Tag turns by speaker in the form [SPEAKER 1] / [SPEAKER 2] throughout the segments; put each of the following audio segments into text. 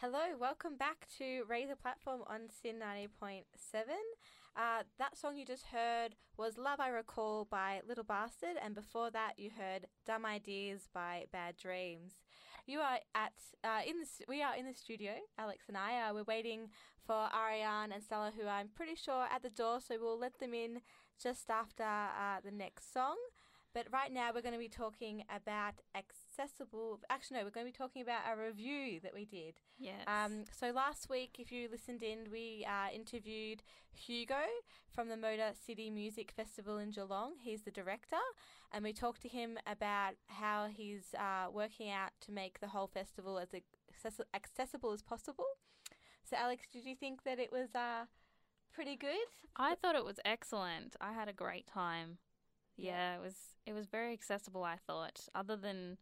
[SPEAKER 1] Hello, welcome back to Raise a Platform on Sin 90.7. Uh, that song you just heard was Love I Recall by Little Bastard, and before that you heard Dumb Ideas by Bad Dreams. You are at uh, in the, s- we are in the studio, Alex and I. Uh, we're waiting for Ariane and Stella, who I'm pretty sure are at the door, so we'll let them in just after uh, the next song. But right now, we're going to be talking about accessible. Actually, no, we're going to be talking about a review that we did.
[SPEAKER 2] Yes.
[SPEAKER 1] Um, so last week, if you listened in, we uh, interviewed Hugo from the Motor City Music Festival in Geelong. He's the director, and we talked to him about how he's uh, working out to make the whole festival as accessi- accessible as possible. So, Alex, did you think that it was uh, pretty good?
[SPEAKER 2] I thought it was excellent. I had a great time.
[SPEAKER 1] Yeah.
[SPEAKER 2] Yeah, it was it was very accessible, I thought, other than,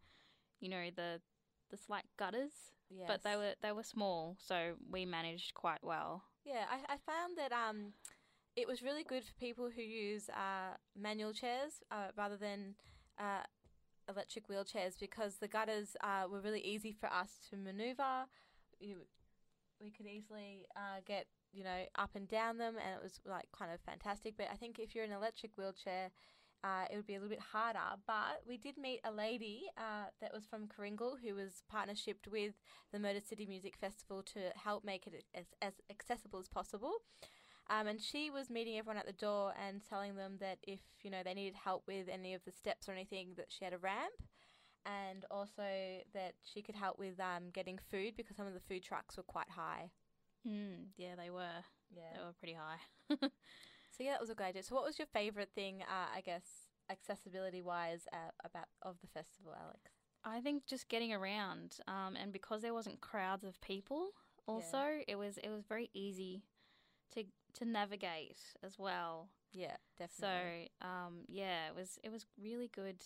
[SPEAKER 2] you know, the the slight gutters,
[SPEAKER 1] Yes.
[SPEAKER 2] but they were they were small, so we managed quite well.
[SPEAKER 1] Yeah, I, I found that um, it was really good for people who use uh, manual chairs uh, rather than uh, electric wheelchairs because the gutters uh, were really easy for us to maneuver. You, we could easily uh, get you know up and down them, and it was like kind of fantastic. But I think if you're in an electric wheelchair, uh, it would be a little bit harder. But we did meet a lady uh, that was from Coringle who was partnershiped with the Motor City Music Festival to help make it as, as accessible as possible. Um, and she was meeting everyone at the door and telling them that if you know they needed help with any of the steps or anything, that she had a ramp, and also that she could help with um, getting food because some of the food trucks were quite high.
[SPEAKER 2] Mm, yeah, they were.
[SPEAKER 1] Yeah.
[SPEAKER 2] They were pretty high.
[SPEAKER 1] So yeah, that was a good idea. So what was your favorite thing? Uh, I guess accessibility wise uh, about of the festival, Alex.
[SPEAKER 2] I think just getting around, um, and because there wasn't crowds of people, also it was it was very easy to to navigate as well.
[SPEAKER 1] Yeah, definitely.
[SPEAKER 2] So um, yeah, it was it was really good.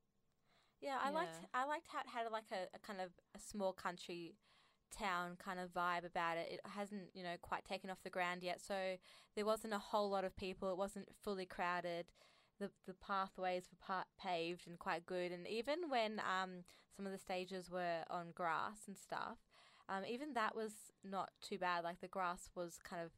[SPEAKER 1] yeah, I
[SPEAKER 2] yeah.
[SPEAKER 1] liked I liked how it had like a, a kind of a small country town kind of vibe about it. It hasn't you know quite taken off the ground yet, so there wasn't a whole lot of people. It wasn't fully crowded. The, the pathways were pa- paved and quite good, and even when um, some of the stages were on grass and stuff, um, even that was not too bad. Like the grass was kind of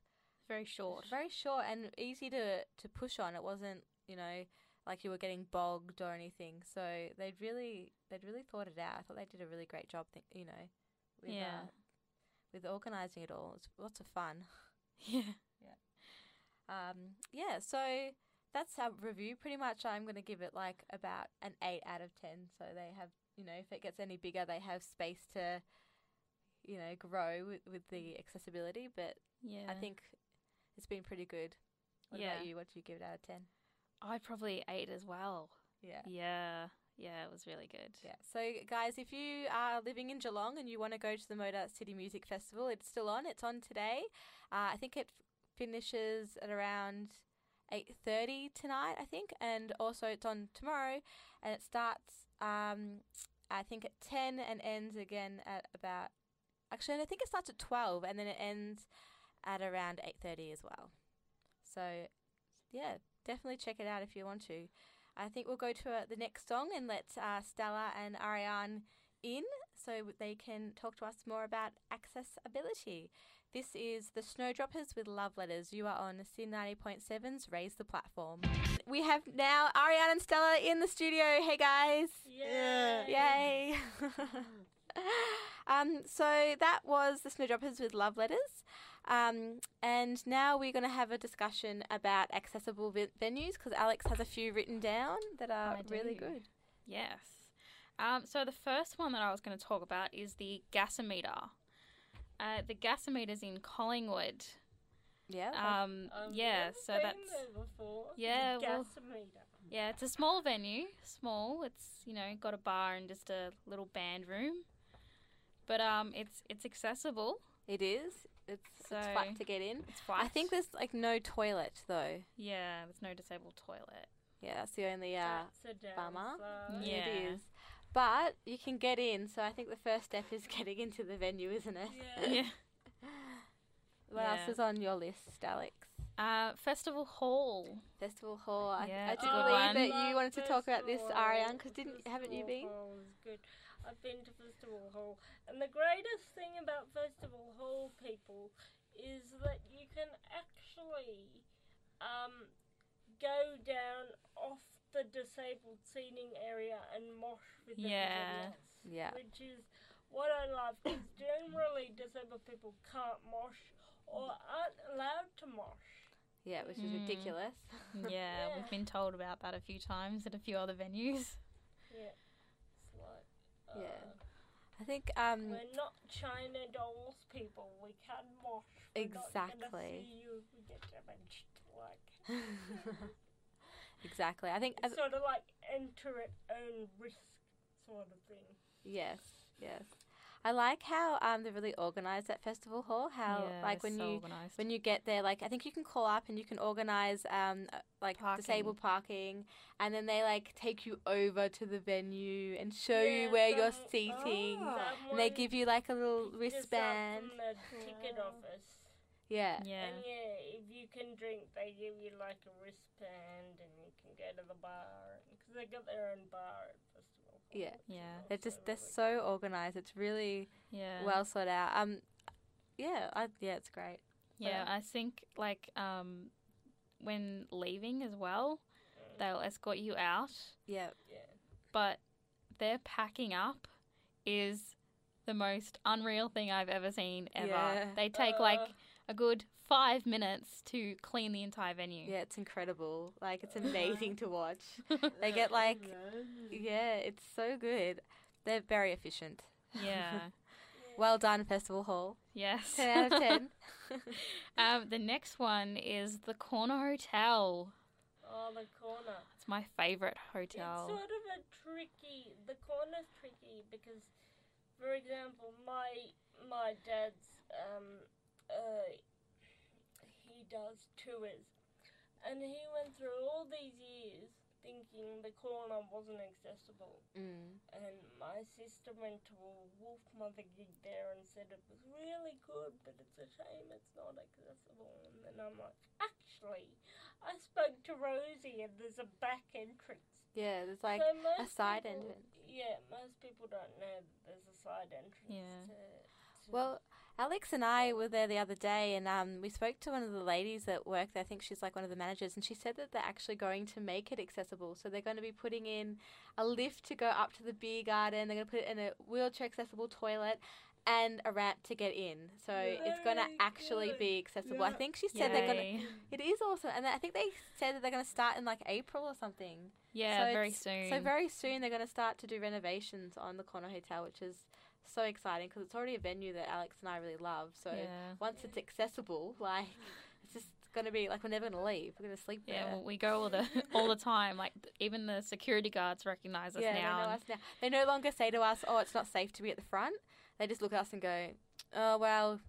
[SPEAKER 2] Very short.
[SPEAKER 1] Very short and easy to to push on. It wasn't, you know, like you were getting bogged or anything. So they'd really they'd really thought it out. I thought they did a really great job. Th- you know, with,
[SPEAKER 2] Yeah.
[SPEAKER 1] uh, with organising it all. It's lots of fun.
[SPEAKER 2] Yeah.
[SPEAKER 1] Um, yeah. So that's our review. Pretty much, I'm going to give it like about an eight out of ten. So they have, you know, if it gets any bigger, they have space to, you know, grow with, with the accessibility. But
[SPEAKER 2] Mm. Yeah.
[SPEAKER 1] I think it's been pretty good. What
[SPEAKER 2] Yeah.
[SPEAKER 1] about you? What do you give it out of 10?
[SPEAKER 2] I probably ate as well.
[SPEAKER 1] Yeah.
[SPEAKER 2] Yeah. Yeah, it was really good.
[SPEAKER 1] Yeah. So, guys, if you are living in Geelong and you want to go to the Motor City Music Festival, it's still on. It's on today. Uh, I think it f- finishes at around 8.30 tonight, I think. And also it's on tomorrow and it starts, um, I think, at 10 and ends again at about... Actually, I think it starts at 12 and then it ends at around 8.30 as well. So, yeah, definitely check it out if you want to. I think we'll go to uh, the next song and let uh, Stella and Ariane in so they can talk to us more about accessibility. This is the Snowdroppers with Love Letters. You are on Sin 90.7's Raise the Platform. We have now Ariane and Stella in the studio. Hey guys.
[SPEAKER 2] Yeah.
[SPEAKER 1] Yay. um, so that was the Snowdroppers with Love Letters. Um, and now we're going to have a discussion about accessible ve- venues because Alex has a few written down that are
[SPEAKER 2] I
[SPEAKER 1] really
[SPEAKER 2] do.
[SPEAKER 1] good.
[SPEAKER 2] Yes. Um, so the first one that I was going to talk about is the gasometer. Uh, the gasometer's in Collingwood.
[SPEAKER 1] Yeah.
[SPEAKER 2] Um, yeah,
[SPEAKER 3] never
[SPEAKER 2] so
[SPEAKER 3] been
[SPEAKER 2] that's
[SPEAKER 3] there before.
[SPEAKER 2] Yeah,
[SPEAKER 3] The
[SPEAKER 2] well-
[SPEAKER 3] gasometer.
[SPEAKER 2] yeah, it's a small venue. Small. It's you know got a bar and just a little band room, but um, it's it's accessible.
[SPEAKER 1] it is. It's, it's
[SPEAKER 2] So-
[SPEAKER 1] fun to get in.
[SPEAKER 2] It's flat.
[SPEAKER 1] I think there's like no toilet though.
[SPEAKER 2] yeah, there's no disabled toilet.
[SPEAKER 1] Yeah, that's the only uh,
[SPEAKER 3] That's a
[SPEAKER 1] bummer.
[SPEAKER 3] downside.
[SPEAKER 2] Yeah.
[SPEAKER 1] It is. But you can get in, so I think the first step is getting into the venue, isn't it?
[SPEAKER 3] Yeah.
[SPEAKER 2] yeah.
[SPEAKER 1] What
[SPEAKER 2] Yeah.
[SPEAKER 1] else is on your list, Alex?
[SPEAKER 2] Uh, Festival Hall.
[SPEAKER 1] Festival Hall. I,
[SPEAKER 2] Yeah,
[SPEAKER 1] I
[SPEAKER 2] it's
[SPEAKER 1] did
[SPEAKER 2] a good
[SPEAKER 1] believe
[SPEAKER 2] one.
[SPEAKER 1] that you wanted to talk about this,
[SPEAKER 3] Festival
[SPEAKER 1] Ariane, because
[SPEAKER 3] Hall.
[SPEAKER 1] didn't haven't you been?
[SPEAKER 3] Festival Hall is good. I've been to Festival Hall, and the greatest thing about Festival me um, go down off the disabled seating area and mosh with
[SPEAKER 2] Yeah.
[SPEAKER 3] everybody else.
[SPEAKER 1] Yeah.
[SPEAKER 3] Which is what I love because generally disabled people can't mosh or aren't allowed to mosh.
[SPEAKER 1] Yeah, which is
[SPEAKER 2] Mm.
[SPEAKER 1] ridiculous.
[SPEAKER 2] yeah, we've been told about that a few times at a few other venues.
[SPEAKER 3] Yeah. It's like, uh,
[SPEAKER 1] Yeah. I think um
[SPEAKER 3] We're not China dolls people. We can mosh. We're Not gonna
[SPEAKER 1] Exactly.
[SPEAKER 3] see you if we get damaged. Like,
[SPEAKER 1] Exactly. I think as,
[SPEAKER 3] sort of like enter at own risk sort of thing.
[SPEAKER 1] yes, yes. I like how um they're really organized at Festival Hall, how
[SPEAKER 2] yeah,
[SPEAKER 1] like when
[SPEAKER 2] so
[SPEAKER 1] you
[SPEAKER 2] organised.
[SPEAKER 1] when you get there like i think you can call up and you can organize um uh, like disabled parking and then they like take you over to the venue and show you
[SPEAKER 3] Yeah,
[SPEAKER 1] where you're
[SPEAKER 3] some-
[SPEAKER 1] seating
[SPEAKER 2] Oh.
[SPEAKER 1] and they
[SPEAKER 3] Someone
[SPEAKER 1] give you like a little
[SPEAKER 3] picked us up
[SPEAKER 1] wristband
[SPEAKER 3] from the ticket
[SPEAKER 2] Wow.
[SPEAKER 3] office.
[SPEAKER 1] yeah
[SPEAKER 2] yeah,
[SPEAKER 3] And yeah, if you can drink, they give you like a wristband, and you can go to the bar because they got their own bar at festival. Hall,
[SPEAKER 1] Yeah.
[SPEAKER 3] which is
[SPEAKER 2] Yeah.
[SPEAKER 1] they're
[SPEAKER 3] also
[SPEAKER 1] just they're
[SPEAKER 3] really
[SPEAKER 1] so organized it's really
[SPEAKER 2] yeah.
[SPEAKER 1] well thought out um yeah I, yeah it's great
[SPEAKER 2] Yeah,
[SPEAKER 1] Whatever.
[SPEAKER 2] I think like um, when leaving as well,
[SPEAKER 3] Mm.
[SPEAKER 2] they'll escort you out,
[SPEAKER 1] yeah
[SPEAKER 3] Yeah.
[SPEAKER 2] but their packing up is the most unreal thing I've ever seen ever.
[SPEAKER 1] Yeah.
[SPEAKER 2] They take like
[SPEAKER 3] Uh.
[SPEAKER 2] a good five minutes to clean the entire venue.
[SPEAKER 1] yeah it's incredible like it's
[SPEAKER 3] Uh.
[SPEAKER 1] amazing to watch They get, like, yeah it's so good they're very efficient
[SPEAKER 2] yeah.
[SPEAKER 1] well done festival hall
[SPEAKER 2] yes.
[SPEAKER 1] 10 out of 10
[SPEAKER 2] um, the next one is the Corner Hotel.
[SPEAKER 3] Oh, the corner.
[SPEAKER 2] It's my favorite
[SPEAKER 3] It's
[SPEAKER 2] hotel.
[SPEAKER 3] sort of a tricky. The corner's tricky because, for example, my my dad's um uh he does tours, and he went through all these years thinking the corner wasn't accessible,
[SPEAKER 1] Mm.
[SPEAKER 3] and my sister went to a Wolf Mother gig there and said it was really good, but it's a shame it's not accessible. And then I'm like, actually, I spoke to Rosie, and there's a back entrance.
[SPEAKER 1] Yeah, there's like
[SPEAKER 3] So most
[SPEAKER 1] side
[SPEAKER 3] people-
[SPEAKER 1] entrance.
[SPEAKER 3] Yeah, most people don't know that there's a side entrance.
[SPEAKER 2] Yeah.
[SPEAKER 3] To, to
[SPEAKER 1] well, Alex and I were there the other day, and um, we spoke to one of the ladies that worked. there. I think she's like one of the managers, and she said that they're actually going to make it accessible. So they're going to be putting in a lift to go up to the beer garden. They're going to put it in a wheelchair accessible toilet. And a ramp to get in, so it's gonna
[SPEAKER 3] Very
[SPEAKER 1] actually
[SPEAKER 3] good.
[SPEAKER 1] be accessible. I
[SPEAKER 3] Yeah.
[SPEAKER 1] think she said they're gonna.
[SPEAKER 2] Yay.
[SPEAKER 1] It is awesome, and I think they said that they're gonna start in like April or something.
[SPEAKER 2] Yeah,
[SPEAKER 1] So
[SPEAKER 2] very
[SPEAKER 1] it's-
[SPEAKER 2] soon.
[SPEAKER 1] So very soon they're going to start to do renovations on the Corner Hotel, which is so exciting because it's already a venue that Alex and I really love. So
[SPEAKER 2] yeah.
[SPEAKER 1] once it's accessible, like it's just going to be like we're never going to leave. We're going to sleep
[SPEAKER 2] Yeah,
[SPEAKER 1] there.
[SPEAKER 2] well, we go all the all the time. Like th- even the security guards recognize us
[SPEAKER 1] yeah,
[SPEAKER 2] now.
[SPEAKER 1] they know
[SPEAKER 2] and-
[SPEAKER 1] us now. They no longer say to us, "Oh, it's not safe to be at the front." They just look at us and go, "Oh well."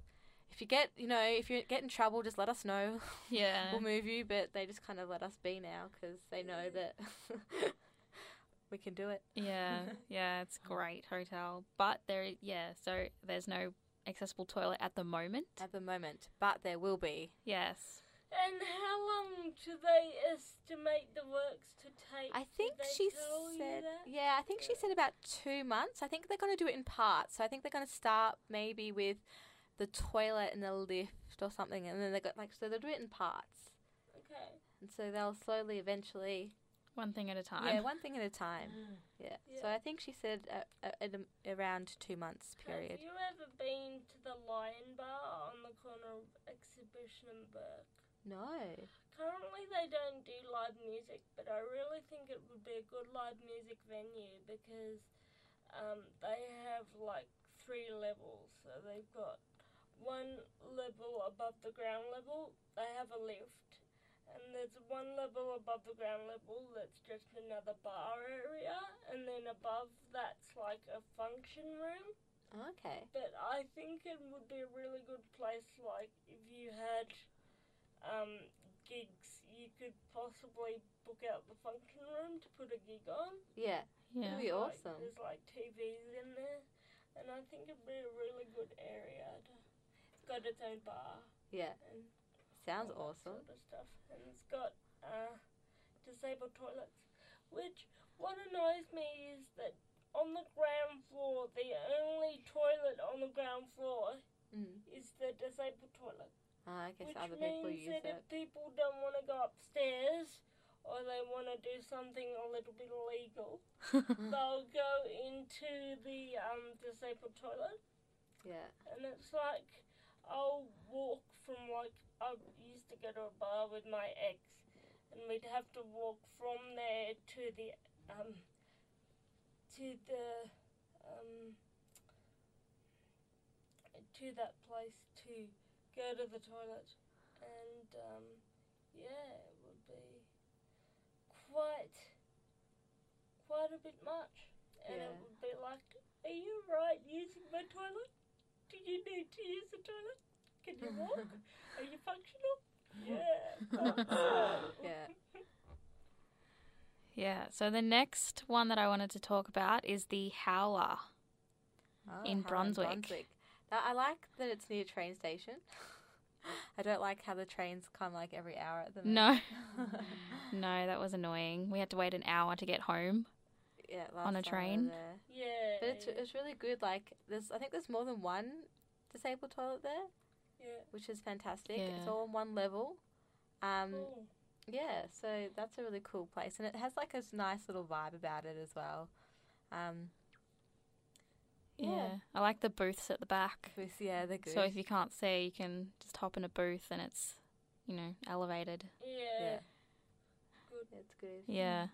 [SPEAKER 1] If you get, you know, if you get in trouble, just let us know.
[SPEAKER 2] yeah,
[SPEAKER 1] We'll move you, but they just kind of let us be now because they know that we can do it.
[SPEAKER 2] yeah, yeah. It's great hotel, but there, yeah. So there's no accessible toilet at the moment.
[SPEAKER 1] At the moment, but there will be.
[SPEAKER 2] Yes.
[SPEAKER 3] and how long do they estimate the works to take?
[SPEAKER 1] I
[SPEAKER 3] Did
[SPEAKER 1] think
[SPEAKER 3] they
[SPEAKER 1] she
[SPEAKER 3] tell you
[SPEAKER 1] said,
[SPEAKER 3] that?
[SPEAKER 1] yeah, I think she said about two months. I think they're going to do it in parts. So I think they're going to start maybe with the toilet and the lift or something, and then they got like so they'll do it in parts,
[SPEAKER 3] Okay.
[SPEAKER 1] and so they'll slowly, eventually,
[SPEAKER 2] One thing at a time.
[SPEAKER 1] yeah, one thing at a time. Yeah. So
[SPEAKER 3] Yeah.
[SPEAKER 1] I think she said uh, uh, at um, around two months period.
[SPEAKER 3] Have you ever been to the Lion Bar on the corner of Exhibition and Burke?
[SPEAKER 1] No.
[SPEAKER 3] Currently, they don't do live music, but I really think it would be a good live music venue because um, they have like three levels. So they've got one level above the ground level, they have a lift, and there's one level above the ground level that's just another bar area, and then above that's like a function room.
[SPEAKER 1] Okay.
[SPEAKER 3] But I think it would be a really good place, like if you had um, gigs, you could possibly book out the function room to put a gig on.
[SPEAKER 1] Yeah.
[SPEAKER 2] yeah.
[SPEAKER 1] That'd be
[SPEAKER 3] Like,
[SPEAKER 1] awesome.
[SPEAKER 3] There's like TVs in there, and I think it'd be a really good area. To, it's got its own bar
[SPEAKER 1] Yeah.
[SPEAKER 3] and
[SPEAKER 1] Sounds
[SPEAKER 3] all that
[SPEAKER 1] awesome.
[SPEAKER 3] sort of stuff, and it's got uh, disabled toilets. Which what annoys me is that on the ground floor, the only toilet on the ground floor
[SPEAKER 1] Mm.
[SPEAKER 3] is the disabled toilet.
[SPEAKER 1] Ah, I guess
[SPEAKER 3] Which
[SPEAKER 1] other
[SPEAKER 3] means
[SPEAKER 1] people use
[SPEAKER 3] that
[SPEAKER 1] it.
[SPEAKER 3] if people don't want to go upstairs or they want to do something a little bit illegal,
[SPEAKER 1] Mm.
[SPEAKER 3] they'll go into the um, disabled toilet.
[SPEAKER 1] Yeah.
[SPEAKER 3] And it's like I'll walk from like I used to go to a bar with my ex, and we'd have to walk from there to the um to the um to that place to go to the toilet, and um yeah, it would be quite quite a bit much, and it
[SPEAKER 1] Yeah.
[SPEAKER 3] would be like, are you right using my toilet? Do you need to use the toilet? Can you walk? Are you functional? uh, Yeah.
[SPEAKER 1] Yeah.
[SPEAKER 2] Yeah. So the next one that I wanted to talk about is the howler.
[SPEAKER 1] Oh,
[SPEAKER 2] In
[SPEAKER 1] how
[SPEAKER 2] Brunswick.
[SPEAKER 1] That, I like that it's near a train station. I don't like how the trains come like every hour at the
[SPEAKER 2] No,
[SPEAKER 1] moment.
[SPEAKER 2] no, that was annoying. We had to wait an hour to get home.
[SPEAKER 1] yeah, last
[SPEAKER 2] On a
[SPEAKER 1] time we were
[SPEAKER 2] train.
[SPEAKER 1] there.
[SPEAKER 3] Yeah.
[SPEAKER 1] But it's it's really good. Like there's I think there's more than one disabled toilet there,
[SPEAKER 3] yeah.
[SPEAKER 1] which is fantastic. It's
[SPEAKER 2] Yeah.
[SPEAKER 1] all on one level. Um,
[SPEAKER 3] Cool.
[SPEAKER 1] yeah, so that's a really cool place, and it has like a s- nice little vibe about it as well. Um,
[SPEAKER 2] Yeah.
[SPEAKER 1] Yeah.
[SPEAKER 2] I like the booths at the back.
[SPEAKER 1] with- yeah, they're good.
[SPEAKER 2] So if you can't see, you can just hop in a booth and it's, you know, elevated.
[SPEAKER 3] Yeah.
[SPEAKER 1] yeah,
[SPEAKER 3] Good.
[SPEAKER 1] it's good.
[SPEAKER 2] Yeah.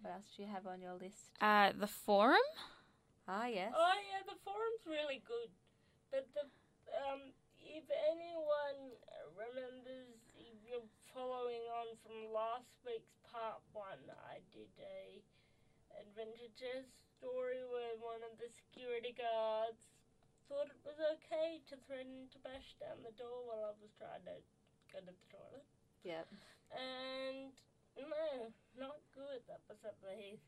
[SPEAKER 1] What else do you have on your list?
[SPEAKER 2] Uh, the forum.
[SPEAKER 1] Ah, yes.
[SPEAKER 3] Oh yeah, the forum's really good. But the um, if anyone remembers, if you're following on from last week's part one, I did a adventure chess story where one of the security guards thought it was okay to threaten to bash down the door while I was trying to go to the toilet.
[SPEAKER 1] Yep.
[SPEAKER 3] And no, not good. That was at the Heath.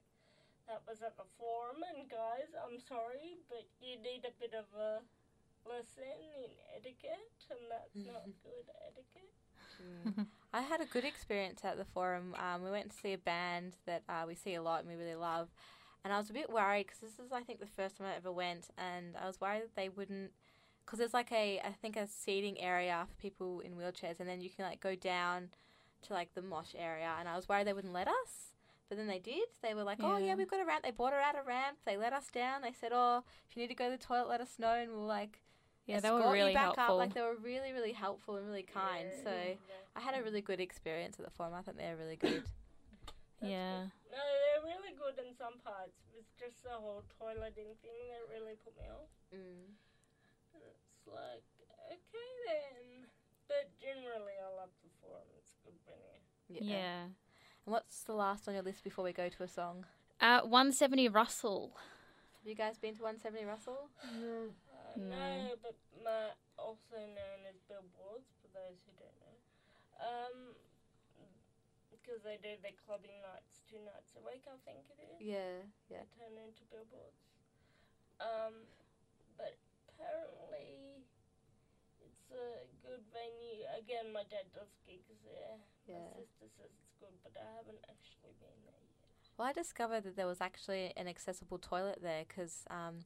[SPEAKER 3] That was at the forum. And guys, I'm sorry, but you need a bit of a lesson in etiquette, and that's not good etiquette.
[SPEAKER 1] Mm. I had a good experience at the forum. Um, we went to see a band that uh, we see a lot and we really love. And I was a bit worried because this is, I think, the first time I ever went, and I was worried that they wouldn't. Because there's like a, I think, a seating area for people in wheelchairs, and then you can like go down to like the mosh area. And I was worried they wouldn't let us, but then they did. They were like, "Oh yeah,
[SPEAKER 2] Yeah.
[SPEAKER 1] we've got a ramp." They bought her out a ramp. They let us down. They said, "Oh, if you need to go to the toilet, let us know, and we'll like
[SPEAKER 2] Yeah, they were
[SPEAKER 1] escort
[SPEAKER 2] really
[SPEAKER 1] you back
[SPEAKER 2] helpful.
[SPEAKER 1] up." Like they were really, really helpful and really kind.
[SPEAKER 3] Yeah.
[SPEAKER 1] So. I had a really good experience at the forum. I think they're really good.
[SPEAKER 3] That's
[SPEAKER 2] yeah.
[SPEAKER 3] good. No, they're really good in some parts. It's just the whole toileting thing that really put me off.
[SPEAKER 1] mm.
[SPEAKER 3] And it's like, okay then. But generally, I love the forum. It's a good venue.
[SPEAKER 1] yeah.
[SPEAKER 2] Yeah.
[SPEAKER 1] And what's the last on your list before we go to a song?
[SPEAKER 2] Uh, 170 Russell.
[SPEAKER 1] Have you guys been to 170 Russell?
[SPEAKER 3] Uh,
[SPEAKER 2] No.
[SPEAKER 3] no, but my, also known as billboards for those who don't know, um, because they do their clubbing nights two nights a week, I think it is.
[SPEAKER 1] Yeah, yeah.
[SPEAKER 3] They turn into billboards. Um, but apparently, it's a good venue. Again, my dad does gigs there. My
[SPEAKER 1] Yeah.
[SPEAKER 3] sister says it's good, but I haven't actually been there yet.
[SPEAKER 1] Well, I discovered that there was actually an accessible toilet there because um,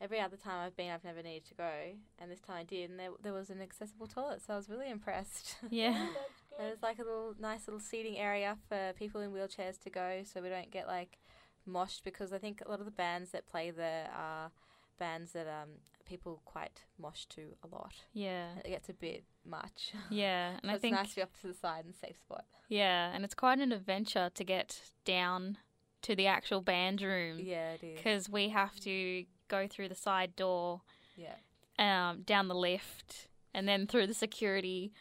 [SPEAKER 1] every other time I've been, I've never needed to go, and this time I did, and there, there was an accessible toilet, so I was really impressed.
[SPEAKER 2] Yeah.
[SPEAKER 3] Oh, that's good.
[SPEAKER 1] And it's like a little nice little seating area for people in wheelchairs to go, so we don't get like moshed because I think a lot of the bands that play there are bands that um people quite mosh to a lot.
[SPEAKER 2] Yeah.
[SPEAKER 1] It gets a bit much.
[SPEAKER 2] Yeah. And
[SPEAKER 1] so
[SPEAKER 2] I
[SPEAKER 1] it's
[SPEAKER 2] think.
[SPEAKER 1] nice to be off to the side and safe spot.
[SPEAKER 2] Yeah. And it's quite an adventure to get down to the actual band room
[SPEAKER 1] Yeah, it is.
[SPEAKER 2] because we have to go through the side door,
[SPEAKER 1] Yeah,
[SPEAKER 2] um, down the lift, and then through the security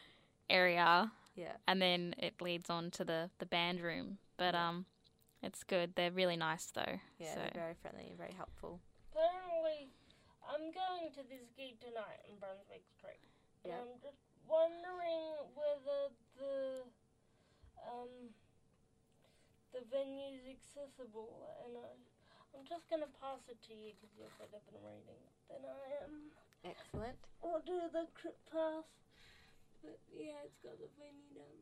[SPEAKER 2] area,
[SPEAKER 1] yeah,
[SPEAKER 2] and then it leads on to the, the band room. But
[SPEAKER 1] Yeah.
[SPEAKER 2] um, it's good. They're really nice though.
[SPEAKER 1] yeah.
[SPEAKER 2] so.
[SPEAKER 1] They're very friendly and very helpful.
[SPEAKER 3] Apparently, I'm going to this gig tonight in Brunswick Street. And
[SPEAKER 1] Yeah.
[SPEAKER 3] I'm just wondering whether the um the venue's accessible, and I, I'm just going to pass it to you because you're better than reading it than I am.
[SPEAKER 1] Excellent.
[SPEAKER 3] Or do the trip pass. But yeah, it's got the venue down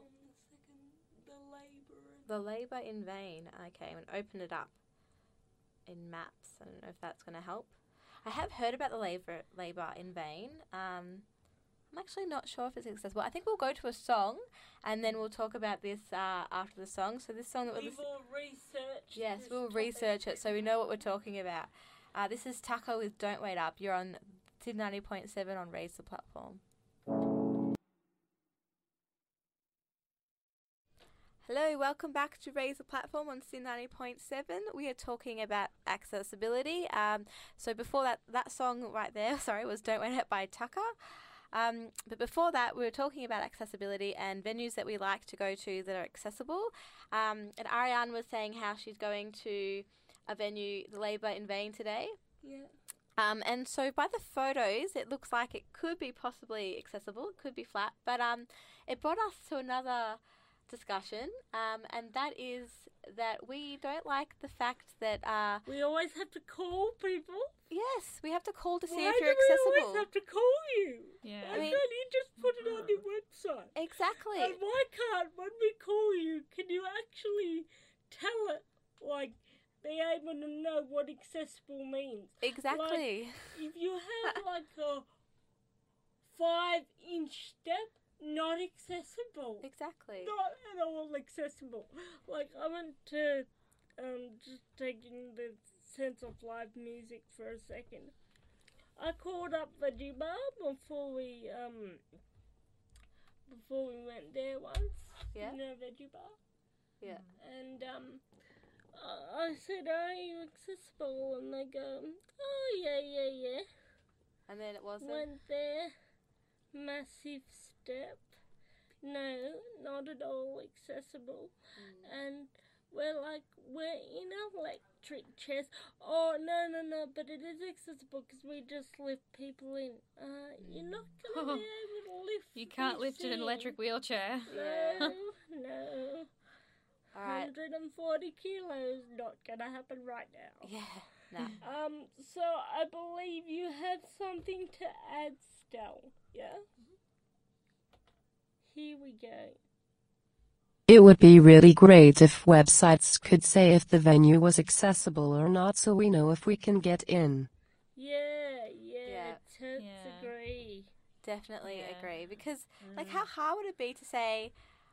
[SPEAKER 3] on the second, the labour.
[SPEAKER 1] The labour in vain. Okay, I'm gonna open it up in maps. I don't know if that's gonna help. I have heard about the labour labour in vain. Um, I'm actually not sure if it's accessible. I think we'll go to a song and then we'll talk about this uh, after the song. So this song that we're
[SPEAKER 3] We
[SPEAKER 1] listening
[SPEAKER 3] will research.
[SPEAKER 1] Yes,
[SPEAKER 3] this
[SPEAKER 1] we'll
[SPEAKER 3] topic.
[SPEAKER 1] research it so we know what we're talking about. Uh, this is Taco with Don't Wait Up. You're on Sid 90.7 on Raise the Platform. Hello, welcome back to Raise the Platform on Sin 90.7. We are talking about accessibility. Um, so before that, that song right there, sorry, was Don't Wait Up by Tucker. Um, but before that, we were talking about accessibility and venues that we like to go to that are accessible. Um, and Ariane was saying how she's going to a venue, the Labour in Vain today.
[SPEAKER 3] Yeah.
[SPEAKER 1] Um, and so by the photos, it looks like it could be possibly accessible, it could be flat, but um, it brought us to another discussion, um, and that is that we don't like the fact that uh,
[SPEAKER 3] We always have to call people.
[SPEAKER 1] yes, we have to call to see
[SPEAKER 3] Why
[SPEAKER 1] if you're
[SPEAKER 3] do we always
[SPEAKER 1] accessible.
[SPEAKER 3] have to call you?
[SPEAKER 2] Yeah.
[SPEAKER 3] Why
[SPEAKER 1] I mean-
[SPEAKER 3] can't you just put it on your website? And
[SPEAKER 1] Exactly.
[SPEAKER 3] why can't when we call you, can you actually tell it like be able to know what accessible means?
[SPEAKER 1] Exactly.
[SPEAKER 3] If you have like a five inch step, not accessible.
[SPEAKER 1] Exactly.
[SPEAKER 3] Not at all accessible. Like I went to um just taking the sense of live music for a second. I called up the bar before we um before we went there once.
[SPEAKER 1] Yeah.
[SPEAKER 3] You know veggie bar.
[SPEAKER 1] Yeah.
[SPEAKER 3] And um I I said, Are you accessible? And they go, Oh yeah, yeah, yeah.
[SPEAKER 1] And then it wasn't.
[SPEAKER 3] Went there, massive step. No, not at all accessible.
[SPEAKER 1] Mm.
[SPEAKER 3] And we're like, we're in electric chairs. Oh, no, no, no, but it is accessible because we just lift people in. Uh, you're not going to be able to lift
[SPEAKER 2] You can't
[SPEAKER 3] this
[SPEAKER 2] lift an
[SPEAKER 3] in.
[SPEAKER 2] electric wheelchair.
[SPEAKER 1] Yeah.
[SPEAKER 3] No, no.
[SPEAKER 1] All right.
[SPEAKER 3] 140 kilos, not going to happen right now.
[SPEAKER 1] Yeah. No.
[SPEAKER 3] Um, so I believe you had something to add, Stell. Yeah? Here we go.
[SPEAKER 4] It would be really great if websites could say if the venue was accessible or not so we know if we can get in.
[SPEAKER 3] Yeah, yeah,
[SPEAKER 1] Yeah.
[SPEAKER 3] tits
[SPEAKER 2] Yeah.
[SPEAKER 3] agree.
[SPEAKER 1] Definitely
[SPEAKER 2] Yeah.
[SPEAKER 1] agree because like
[SPEAKER 3] Mm.
[SPEAKER 1] how hard would it be to say,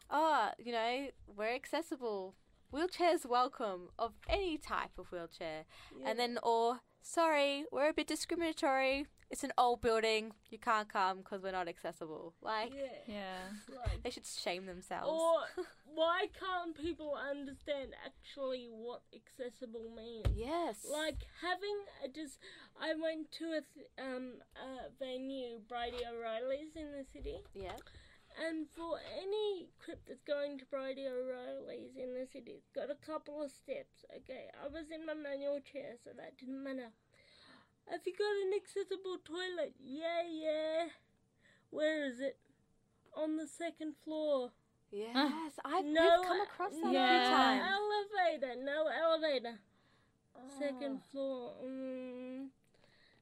[SPEAKER 1] oh, you know, we're accessible, wheelchairs welcome of any type of wheelchair,
[SPEAKER 3] Yeah.
[SPEAKER 1] and then or sorry, we're a bit discriminatory. It's an old building, you can't come because we're not accessible. Like
[SPEAKER 3] yeah.
[SPEAKER 2] Yeah.
[SPEAKER 3] Like,
[SPEAKER 1] they should shame themselves.
[SPEAKER 3] or why can't people understand actually what accessible means?
[SPEAKER 1] yes,
[SPEAKER 3] Like having a dis- I went to a th- um a venue, Brady O'Reilly's in the city.
[SPEAKER 1] yeah,
[SPEAKER 3] And for any crip that's going to Brady O'Reilly's in the city, it's got a couple of steps. Okay, I was in my manual chair, so that didn't matter. Have you got an accessible toilet? Yeah, yeah. Where is it? On the second floor.
[SPEAKER 1] yes. I've we've
[SPEAKER 3] No,
[SPEAKER 1] come across that
[SPEAKER 3] no
[SPEAKER 1] a few
[SPEAKER 2] yeah.
[SPEAKER 1] times.
[SPEAKER 3] elevator. No elevator. Second
[SPEAKER 1] Oh.
[SPEAKER 3] floor. Mm,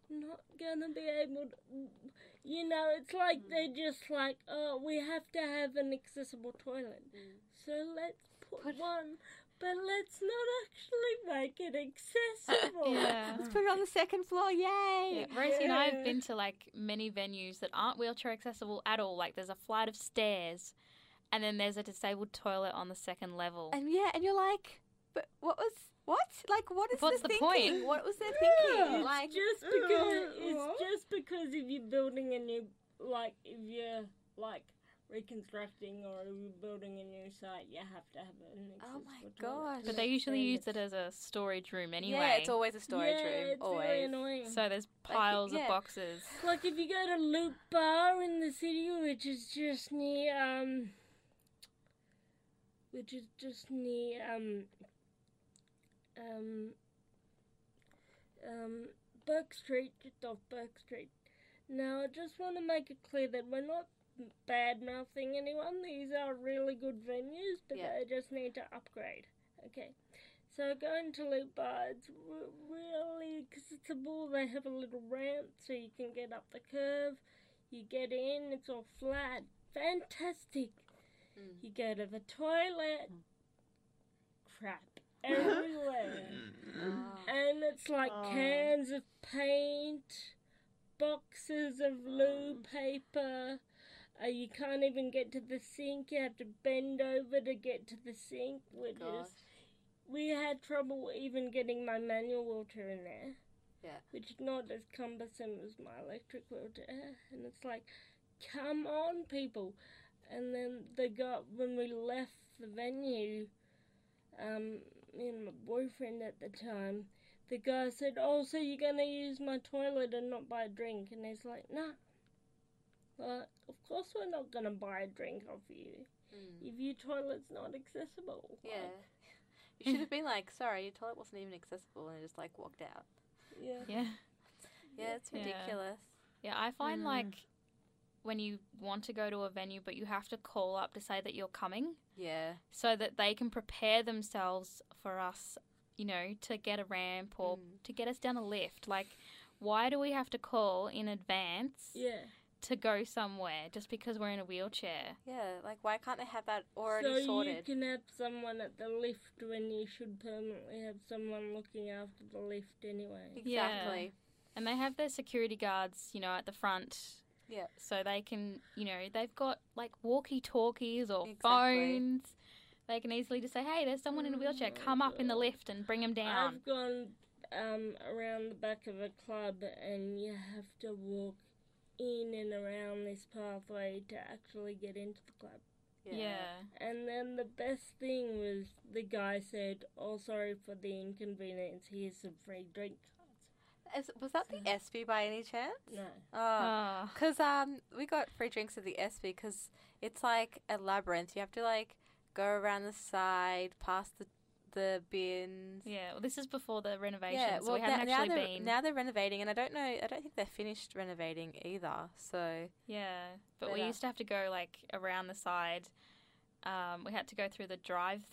[SPEAKER 3] not gonna be able to. You know, it's like
[SPEAKER 1] Mm.
[SPEAKER 3] they're just like, oh, we have to have an accessible toilet. So let's put,
[SPEAKER 1] Mm. Put-
[SPEAKER 3] one, but let's not actually make it accessible.
[SPEAKER 2] Yeah.
[SPEAKER 1] Let's put it on the second floor,
[SPEAKER 2] Yeah,
[SPEAKER 1] yay!
[SPEAKER 2] Rosie and I have
[SPEAKER 3] Yeah.
[SPEAKER 2] been to like many venues that aren't wheelchair accessible at all. Like there's a flight of stairs, and then there's a disabled toilet on the second level.
[SPEAKER 1] And yeah, and you're like, but what was what? Like, what is
[SPEAKER 2] What's
[SPEAKER 1] the
[SPEAKER 2] the
[SPEAKER 1] thinking?
[SPEAKER 2] point?
[SPEAKER 1] What was their
[SPEAKER 3] It's
[SPEAKER 1] thinking? Like,
[SPEAKER 3] just because it's just because if you're building a new like if you're like reconstructing or you're building a new site, you have to have an
[SPEAKER 1] Oh my
[SPEAKER 3] accessible toilet.
[SPEAKER 1] gosh.
[SPEAKER 2] but they usually use it
[SPEAKER 3] Yeah,
[SPEAKER 2] as a storage room anyway.
[SPEAKER 1] yeah, it's always a storage room.
[SPEAKER 3] it's
[SPEAKER 1] always.
[SPEAKER 3] really annoying.
[SPEAKER 2] so there's piles
[SPEAKER 1] yeah.
[SPEAKER 2] of boxes.
[SPEAKER 3] It's like if you go to Luke Bar in the city, which is just near um, which is just near um, um, um, Burke Street, just off Burke Street. Now, I just want to make it clear that we're not bad mouthing anyone. These are really good venues, but
[SPEAKER 1] Yeah.
[SPEAKER 3] they just need to upgrade. Okay. So going to Loop Bar, it's re- really accessible. They have a little ramp so you can get up the curve. You get in, it's all flat. Fantastic.
[SPEAKER 1] Mm.
[SPEAKER 3] You go to the toilet. Crap. Everywhere.
[SPEAKER 1] Ah.
[SPEAKER 2] Mm-hmm.
[SPEAKER 3] and it's like
[SPEAKER 2] Oh.
[SPEAKER 3] cans of paint, boxes of loo paper. Uh, you can't even get to the sink. You have to bend over to get to the sink, which
[SPEAKER 1] Oh, Gosh.
[SPEAKER 3] is we had trouble even getting my manual wheelchair in there,
[SPEAKER 1] Yeah.
[SPEAKER 3] which is not as cumbersome as my electric wheelchair. And it's like, come on, people! And then they got when we left the venue. Um, me and my boyfriend at the time, the guy said, "Oh, so you're gonna use my toilet and not buy a drink?" And he's like, "Nah." Like, of course we're not gonna buy a drink off you
[SPEAKER 1] Mm.
[SPEAKER 3] if your toilet's not accessible.
[SPEAKER 1] Yeah.
[SPEAKER 3] Like,
[SPEAKER 1] You should have been like, sorry, your toilet wasn't even accessible, and just like walked out.
[SPEAKER 3] yeah.
[SPEAKER 2] Yeah.
[SPEAKER 1] Yeah, it's
[SPEAKER 2] Yeah.
[SPEAKER 1] ridiculous.
[SPEAKER 2] Yeah, I find
[SPEAKER 1] Mm.
[SPEAKER 2] like when you want to go to a venue but you have to call up to say that you're coming
[SPEAKER 1] Yeah.
[SPEAKER 2] so that they can prepare themselves for us, you know, to get a ramp or
[SPEAKER 1] Mm.
[SPEAKER 2] to get us down a lift. Like why do we have to call in advance
[SPEAKER 3] Yeah.
[SPEAKER 2] to go somewhere just because we're in a wheelchair?
[SPEAKER 1] Yeah, like why can't they have that already
[SPEAKER 3] so
[SPEAKER 1] sorted?
[SPEAKER 3] you can have someone at the lift when you should permanently have someone looking after the lift anyway.
[SPEAKER 2] Yeah.
[SPEAKER 1] Exactly.
[SPEAKER 2] And they have their security guards, you know, at the front.
[SPEAKER 1] Yeah.
[SPEAKER 2] So they can, you know, they've got like walkie talkies or
[SPEAKER 1] Exactly.
[SPEAKER 2] phones. They can easily just say, hey, there's someone in a wheelchair.
[SPEAKER 1] Mm.
[SPEAKER 3] my
[SPEAKER 2] Come up in the
[SPEAKER 3] God.
[SPEAKER 2] lift and bring them down.
[SPEAKER 3] I've gone um, around the back of a club and you have to walk in and around this pathway to actually get into the club.
[SPEAKER 2] yeah.
[SPEAKER 3] And then the best thing was the guy said, "Oh, sorry for the inconvenience. Here's some free drink cards."
[SPEAKER 1] Is- was that the SB by any chance?
[SPEAKER 3] No.
[SPEAKER 1] Oh.
[SPEAKER 2] Ah.
[SPEAKER 1] Because um, we got free drinks at the SB because it's like a labyrinth. You have to like go around the side, past the the bins.
[SPEAKER 2] Yeah, well, this is before the renovation,
[SPEAKER 1] Yeah,
[SPEAKER 2] so we
[SPEAKER 1] now-
[SPEAKER 2] haven't
[SPEAKER 1] now
[SPEAKER 2] actually
[SPEAKER 1] they're
[SPEAKER 2] been.
[SPEAKER 1] now they're renovating, and I don't know. I don't think they're finished renovating either. So
[SPEAKER 2] yeah, but we
[SPEAKER 1] Better.
[SPEAKER 2] used to have to go like around the side. Um, we had to go through the drive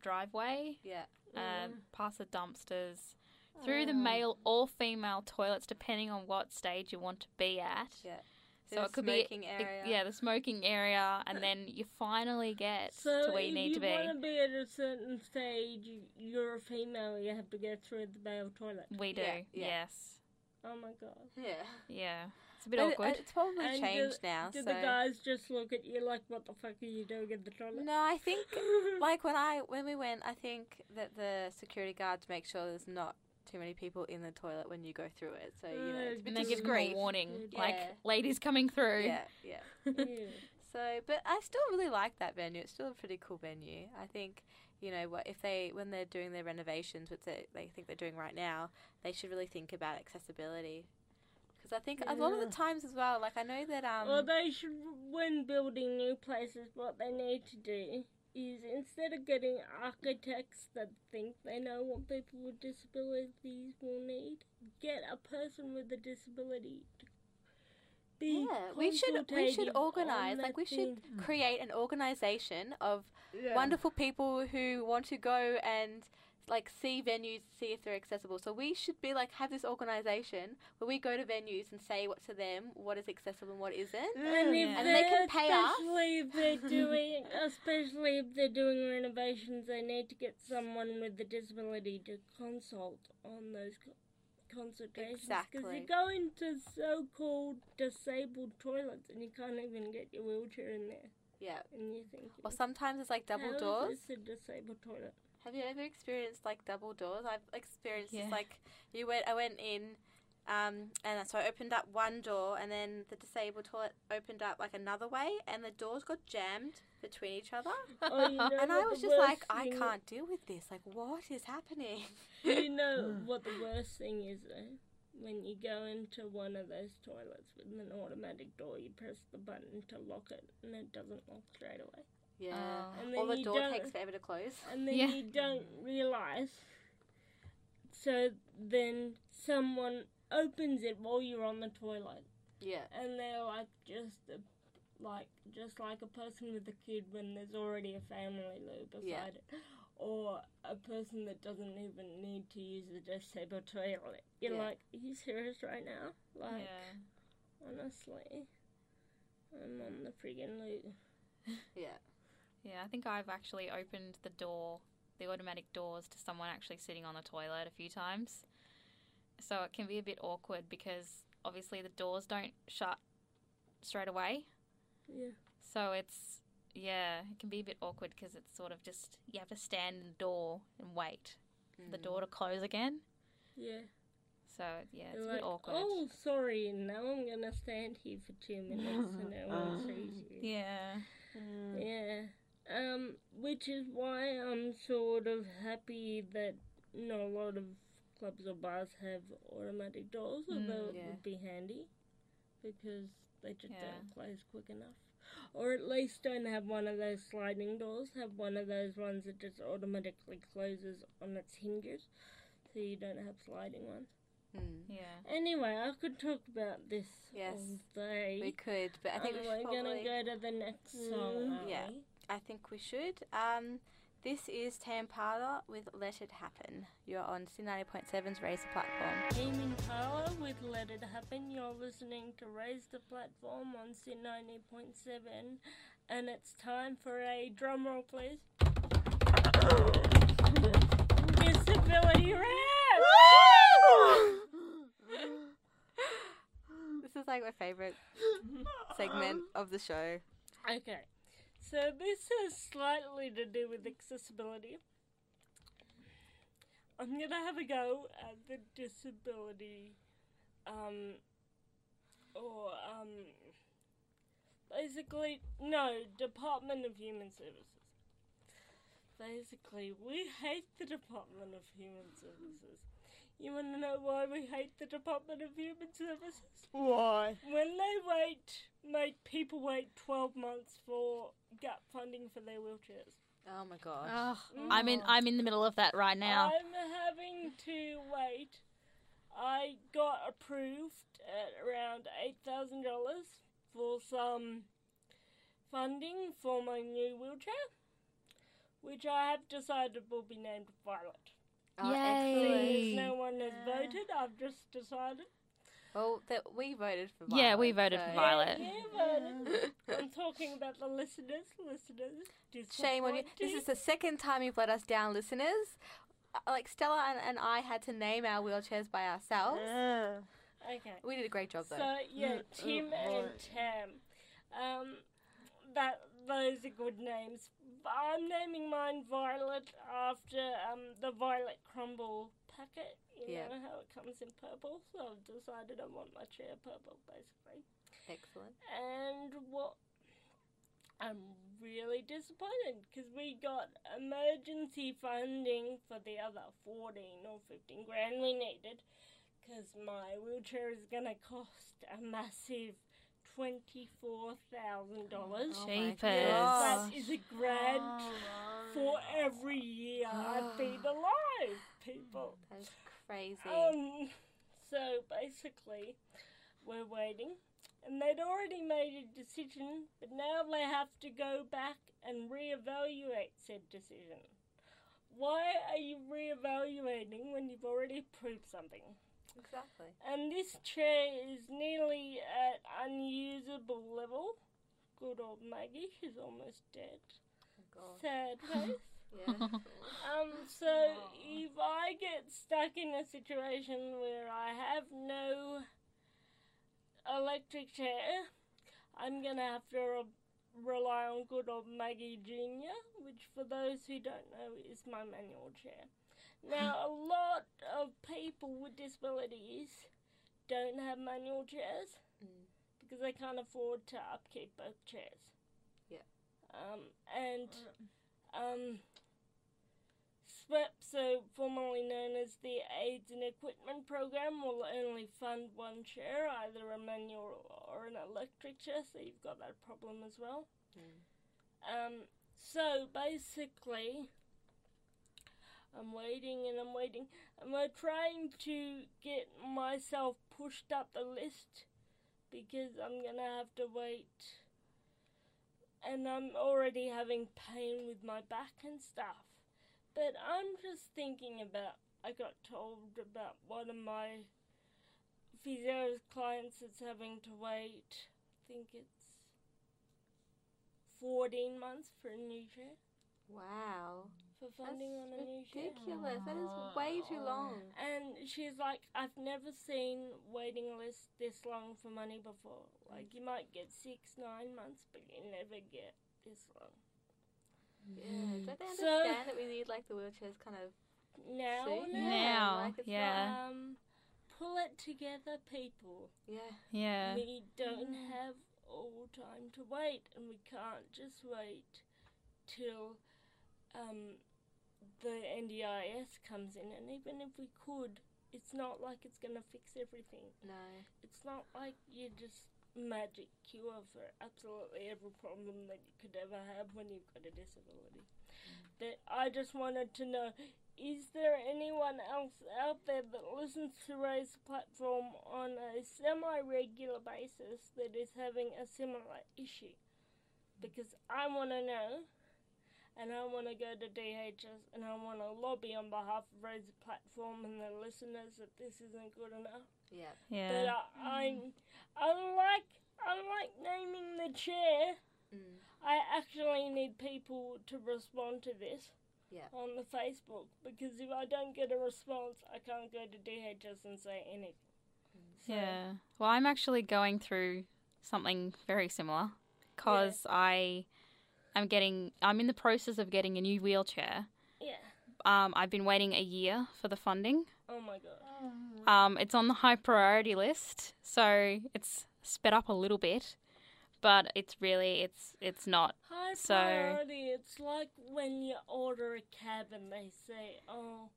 [SPEAKER 2] driveway,
[SPEAKER 1] yeah, Oh.
[SPEAKER 2] uh, past the dumpsters, through the male or female toilets, depending on what stage you want to be at.
[SPEAKER 1] Yeah.
[SPEAKER 2] So it could
[SPEAKER 1] smoking
[SPEAKER 2] be it-
[SPEAKER 1] area.
[SPEAKER 2] yeah, the smoking area, and then you finally get
[SPEAKER 3] So
[SPEAKER 2] to where you
[SPEAKER 3] if
[SPEAKER 2] need
[SPEAKER 3] you
[SPEAKER 2] to be.
[SPEAKER 3] want to be at a certain stage, you- you're a female. You have to go through the male toilet.
[SPEAKER 2] We do,
[SPEAKER 1] Yeah, yeah.
[SPEAKER 2] yes,
[SPEAKER 3] Oh my god!
[SPEAKER 1] yeah.
[SPEAKER 2] yeah. It's a bit
[SPEAKER 1] But it-
[SPEAKER 2] awkward.
[SPEAKER 1] it's probably
[SPEAKER 3] And do-
[SPEAKER 1] changed now.
[SPEAKER 3] Did
[SPEAKER 1] so.
[SPEAKER 3] the guys just look at you like, "What the fuck are you doing at the toilet?"
[SPEAKER 1] No, I think like when I when we went, I think that the security guards make sure there's not too many people in the toilet when you go through it. So you know,
[SPEAKER 3] Oh,
[SPEAKER 1] it's a
[SPEAKER 2] Mm, and
[SPEAKER 1] bit
[SPEAKER 2] they
[SPEAKER 3] Which
[SPEAKER 2] give
[SPEAKER 3] is
[SPEAKER 2] them a
[SPEAKER 1] discreet.
[SPEAKER 2] warning, like
[SPEAKER 1] Yeah.
[SPEAKER 2] ladies coming through.
[SPEAKER 1] Yeah, yeah.
[SPEAKER 3] Yeah.
[SPEAKER 1] So, but I still really like that venue. It's still a pretty cool venue. I think you know what if they when they're doing their renovations, which they, they think they're doing right now, they should really think about accessibility. Because I think a lot of the
[SPEAKER 3] Yeah.
[SPEAKER 1] times as well, like I know that um
[SPEAKER 3] well, they should, when building new places, what they need to do is instead of getting architects that think they know what people with disabilities will need, get a person with a disability. To be
[SPEAKER 1] yeah, we should we should
[SPEAKER 3] consultative
[SPEAKER 1] organize
[SPEAKER 3] on
[SPEAKER 1] like
[SPEAKER 3] that
[SPEAKER 1] we should
[SPEAKER 3] thing.
[SPEAKER 1] create an organization of
[SPEAKER 3] Yeah.
[SPEAKER 1] wonderful people who want to go and like see venues, see if they're accessible. So we should be like have this organization where we go to venues and say what's to them, what is accessible and what isn't.
[SPEAKER 3] And, if
[SPEAKER 2] Yeah. And
[SPEAKER 1] they can
[SPEAKER 3] they're-
[SPEAKER 1] pay us.
[SPEAKER 3] especially if they're doing, especially if they're doing renovations, they need to get someone with a disability to consult on those co- consultations. Because
[SPEAKER 1] Exactly.
[SPEAKER 3] you go into so-called disabled toilets and you can't even get your wheelchair in there,
[SPEAKER 1] Yeah.
[SPEAKER 3] and you think
[SPEAKER 1] Or sometimes it's like double doors.
[SPEAKER 3] It's a disabled toilet.
[SPEAKER 1] Have you ever experienced like double doors? I've experienced
[SPEAKER 2] Yeah.
[SPEAKER 1] this, like you went. I went in, um, and so I opened up one door, and then the disabled toilet opened up like another way, and the doors got jammed between each other.
[SPEAKER 3] Oh, you know
[SPEAKER 1] And I
[SPEAKER 3] what
[SPEAKER 1] was
[SPEAKER 3] the
[SPEAKER 1] just
[SPEAKER 3] worst
[SPEAKER 1] like, I
[SPEAKER 3] thing-
[SPEAKER 1] can't deal with this. Like, what is happening?
[SPEAKER 3] you know
[SPEAKER 1] Mm.
[SPEAKER 3] what the worst thing is though? When you go into one of those toilets with an automatic door, you press the button to lock it and it doesn't lock straight away.
[SPEAKER 1] Yeah.
[SPEAKER 2] Oh.
[SPEAKER 3] And
[SPEAKER 1] or
[SPEAKER 3] Um, then
[SPEAKER 1] the
[SPEAKER 3] you
[SPEAKER 1] door
[SPEAKER 3] don't-
[SPEAKER 1] takes forever to close.
[SPEAKER 3] And then
[SPEAKER 2] Yeah.
[SPEAKER 3] you don't realise. So then someone opens it while you're on the toilet
[SPEAKER 1] Yeah.
[SPEAKER 3] and they're like just a, like just like a person with a kid when there's already a family loo beside
[SPEAKER 1] Yeah.
[SPEAKER 3] it, or a person that doesn't even need to use the disabled toilet. You're
[SPEAKER 1] Yeah.
[SPEAKER 3] like, are you serious right now? Like,
[SPEAKER 2] Yeah.
[SPEAKER 3] honestly, I'm on the friggin' loo.
[SPEAKER 1] Yeah.
[SPEAKER 2] Yeah, I think I've actually opened the door, the automatic doors to someone actually sitting on the toilet a few times. So it can be a bit awkward because obviously the doors don't shut straight away.
[SPEAKER 3] Yeah.
[SPEAKER 2] So it's yeah, it can be a bit awkward because it's sort of just you have to stand in the door and wait for the
[SPEAKER 1] Mm.
[SPEAKER 2] door to close again.
[SPEAKER 3] Yeah.
[SPEAKER 2] So yeah, it's
[SPEAKER 3] You're
[SPEAKER 2] a
[SPEAKER 3] like,
[SPEAKER 2] bit awkward.
[SPEAKER 3] Oh, sorry. Now I'm gonna stand here for two minutes and no one sees you.
[SPEAKER 2] Yeah.
[SPEAKER 1] Mm.
[SPEAKER 3] Yeah. Um, which is why I'm sort of happy that not a lot of clubs or bars have automatic doors, although it
[SPEAKER 1] Mm, yeah.
[SPEAKER 3] would be handy because they just
[SPEAKER 2] Yeah.
[SPEAKER 3] don't close quick enough. Or at least don't have one of those sliding doors. Have one of those ones that just automatically closes on its hinges, so you don't have sliding ones.
[SPEAKER 1] Mm.
[SPEAKER 2] Yeah.
[SPEAKER 3] Anyway, I could talk about this
[SPEAKER 1] Yes,
[SPEAKER 3] all day.
[SPEAKER 1] We could, but I think
[SPEAKER 3] Um,
[SPEAKER 1] we
[SPEAKER 3] we're
[SPEAKER 1] should probably. Mm.
[SPEAKER 3] gonna go to the next
[SPEAKER 2] uh,
[SPEAKER 3] song. aren't
[SPEAKER 1] Mm-hmm. yeah.
[SPEAKER 3] we?
[SPEAKER 1] I think we should. Um, this is Tampada with Let It Happen. You're on C90.7's Raise the Platform.
[SPEAKER 3] Aiming Power with Let It Happen. You're listening to Raise the Platform on C90.7, and it's time for a drum roll, please. Disability rap.
[SPEAKER 1] This is like my favourite segment of the show.
[SPEAKER 3] Okay, so this has slightly to do with accessibility. I'm gonna have a go at the disability, um, or um, basically no Department of Human Services. Basically, we hate the Department of Human Services. You want to know why we hate the Department of Human Services?
[SPEAKER 1] Why?
[SPEAKER 3] When they wait, make people wait 12 months for gap funding for their wheelchairs.
[SPEAKER 1] Oh my gosh.
[SPEAKER 2] I'm in. I'm in the middle of that right now.
[SPEAKER 3] I'm having to wait. I got approved at around $8,000 for some funding for my new wheelchair, which I have decided will be named Violet.
[SPEAKER 1] Oh,
[SPEAKER 2] Yay.
[SPEAKER 1] excellent.
[SPEAKER 3] Since no one has
[SPEAKER 2] Yeah.
[SPEAKER 3] voted, I've just decided.
[SPEAKER 1] Well, that we voted for Violet.
[SPEAKER 2] Yeah, we voted for
[SPEAKER 1] so-
[SPEAKER 2] Violet.
[SPEAKER 3] Yeah, Violet. I'm talking about the listeners, listeners.
[SPEAKER 1] Shame on you. This is the second time you've let us down, listeners. Uh, Like Stella and, and I had to name our wheelchairs by ourselves.
[SPEAKER 3] Okay.
[SPEAKER 1] We did a Mm, great job though.
[SPEAKER 3] So yeah, Tim and Tam. Um, that those are good names. I'm naming mine Violet after um the Violet Crumble packet. You
[SPEAKER 1] Yeah.
[SPEAKER 3] know how it comes in purple, so I've decided I want my chair purple, basically.
[SPEAKER 1] Excellent.
[SPEAKER 3] And what? I'm really disappointed because we got emergency funding for the other 14 or 15 grand we needed because my wheelchair is going to cost a massive $24,000.
[SPEAKER 1] Oh my
[SPEAKER 2] Jeepers.
[SPEAKER 1] gosh.
[SPEAKER 3] That is a
[SPEAKER 1] Oh,
[SPEAKER 3] grand for every year I've been alive, people.
[SPEAKER 1] That's crazy.
[SPEAKER 3] Um, so basically, we're waiting, and they'd already made a decision, but now they have to go back and reevaluate said decision. Why are you reevaluating when you've already proved something?
[SPEAKER 1] exactly.
[SPEAKER 3] And this chair is nearly at unusable level. Good old Maggie, she's almost dead.
[SPEAKER 1] God.
[SPEAKER 3] Sad face.
[SPEAKER 1] Yeah.
[SPEAKER 3] Um, so if I get stuck in a situation where I have no electric chair, I'm gonna have to re- rely on good old Maggie Jr., which for those who don't know is my manual chair. Now, a lot of people with disabilities don't have manual chairs
[SPEAKER 1] Mm.
[SPEAKER 3] because they can't afford to upkeep both chairs.
[SPEAKER 1] Yeah.
[SPEAKER 3] Um, and um, SWEP, so formerly known as the Aids and Equipment Program, will only fund one chair, either a manual or an electric chair, so you've got that problem as well.
[SPEAKER 1] Mm.
[SPEAKER 3] Um, so basically, I'm waiting and I'm waiting, and we're trying to get myself pushed up the list because I'm gonna have to wait. And I'm already having pain with my back and stuff. But I'm just thinking about, I got told about one of my physio's clients that's having to wait, I think it's 14 months for a new chair.
[SPEAKER 1] Wow.
[SPEAKER 3] for funding on a new show.
[SPEAKER 1] ridiculous. That is way
[SPEAKER 2] Oh,
[SPEAKER 1] too long.
[SPEAKER 3] And she's like, I've never seen waiting lists this long for money before. Like, you might get six, nine months, but you never get this long.
[SPEAKER 1] Yeah. Don't they
[SPEAKER 3] So-
[SPEAKER 1] understand that we need like the wheelchairs kind of
[SPEAKER 3] Now,
[SPEAKER 1] See?
[SPEAKER 3] now,
[SPEAKER 2] Now,
[SPEAKER 1] like, it's
[SPEAKER 2] yeah,
[SPEAKER 3] um, pull it together, people.
[SPEAKER 1] yeah.
[SPEAKER 2] yeah,
[SPEAKER 3] We don't have all time to wait, and we can't just wait till um, the NDIS comes in. And even if we could, it's not like it's going to fix everything.
[SPEAKER 1] No.
[SPEAKER 3] It's not like you just magic cure for absolutely every problem that you could ever have when you've got a disability. That I just wanted to know is there anyone else out there that listens to Ray's platform on a semi regular basis that is having a similar issue? Because I want to know, and I want to go to DHS, and I want to lobby on behalf of Ray's platform and the listeners that this isn't good enough.
[SPEAKER 1] Yeah.
[SPEAKER 2] yeah.
[SPEAKER 3] But I, I, I like, I like naming the chair.
[SPEAKER 1] Mm.
[SPEAKER 3] I actually need people to respond to this
[SPEAKER 1] Yeah.
[SPEAKER 3] on the Facebook because if I don't get a response, I can't go to DHS and say anything. So,
[SPEAKER 2] Yeah. Well, I'm actually going through something very similar because I am getting, I'm in the process of getting a new wheelchair.
[SPEAKER 3] Yeah.
[SPEAKER 2] Um, I've been waiting a year for the funding.
[SPEAKER 3] Oh my god.
[SPEAKER 2] Um, it's on the high priority list, so it's sped up a little bit, but it's really, it's, it's not.
[SPEAKER 3] High
[SPEAKER 2] So-
[SPEAKER 3] priority. It's like when you order a cab and they say, "Oh,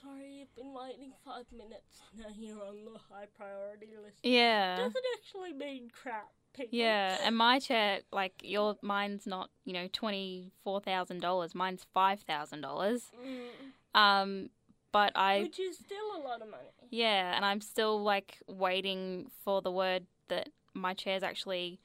[SPEAKER 3] sorry, you've been waiting five minutes. Now you're on the high priority list."
[SPEAKER 2] Yeah.
[SPEAKER 3] Doesn't actually mean crap, people.
[SPEAKER 2] Yeah, and my chair, like your, mine's not, you know, twenty four thousand dollars. Mine's five thousand dollars.
[SPEAKER 3] Mm.
[SPEAKER 2] Um, but I
[SPEAKER 3] Which is still a lot of money.
[SPEAKER 2] Yeah, and I'm still like waiting for the word that my chair's actually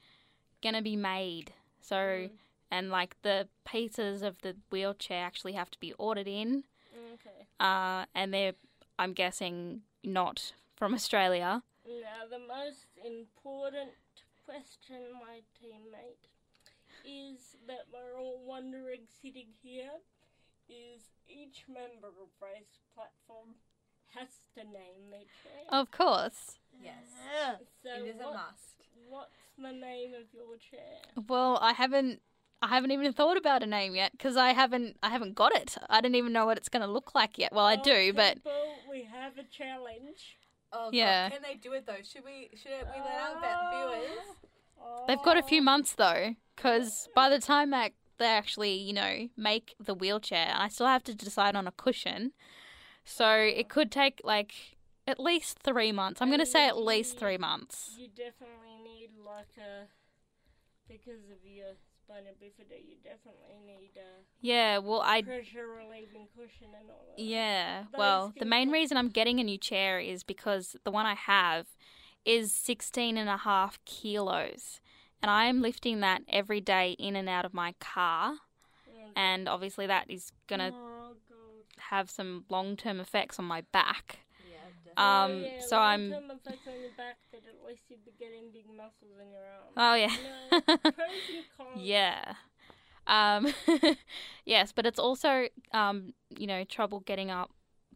[SPEAKER 2] gonna be made. So, and like the pieces of the wheelchair actually have to be ordered in,
[SPEAKER 3] Mm, Okay.
[SPEAKER 2] uh, and they're, I'm guessing, not from Australia.
[SPEAKER 3] Now, the most important question, my teammate, is that we're all wondering sitting here is each member of Race Platform has to name their chair.
[SPEAKER 2] Of course.
[SPEAKER 1] Yes.
[SPEAKER 3] so
[SPEAKER 1] It is a
[SPEAKER 3] what-
[SPEAKER 1] must.
[SPEAKER 3] What's the name of your chair?
[SPEAKER 2] Well, I haven't. I haven't even thought about a name yet because I haven't. I haven't got it. I don't even know what it's going to look like yet. Well, I
[SPEAKER 3] Well,
[SPEAKER 2] do, but
[SPEAKER 3] people, we have a challenge.
[SPEAKER 1] Oh God,
[SPEAKER 2] Yeah.
[SPEAKER 1] Can they do it though? Should we? Should we let our
[SPEAKER 3] Ah.
[SPEAKER 1] bet viewers?
[SPEAKER 2] They've got a few months though, because by the time that they actually, you know, make the wheelchair, I still have to decide on a cushion. So it could take like at least three months. I'm going to say at least three months.
[SPEAKER 3] You definitely need like a because of your spina bifida. You definitely need a
[SPEAKER 2] Yeah, well, I.
[SPEAKER 3] pressure relieving cushion and all that.
[SPEAKER 2] Yeah,
[SPEAKER 3] Those
[SPEAKER 2] well, the
[SPEAKER 3] things
[SPEAKER 2] main
[SPEAKER 3] are-
[SPEAKER 2] reason I'm getting a new chair is because the one I have is 16 and a half kilos. And I'm lifting that every day in and out of my car.
[SPEAKER 3] Mm.
[SPEAKER 2] And obviously, that is going to
[SPEAKER 3] Oh god.
[SPEAKER 2] have some long term effects on my back.
[SPEAKER 1] Yeah.
[SPEAKER 2] Uh, Um,
[SPEAKER 3] Oh, yeah,
[SPEAKER 2] so I'm-
[SPEAKER 3] long-term effects on your back, but at least you'd be getting big muscles in your arms.
[SPEAKER 2] Oh yeah.
[SPEAKER 3] No, pros and cons.
[SPEAKER 2] yeah. Um yes, but it's also um, you know, trouble getting up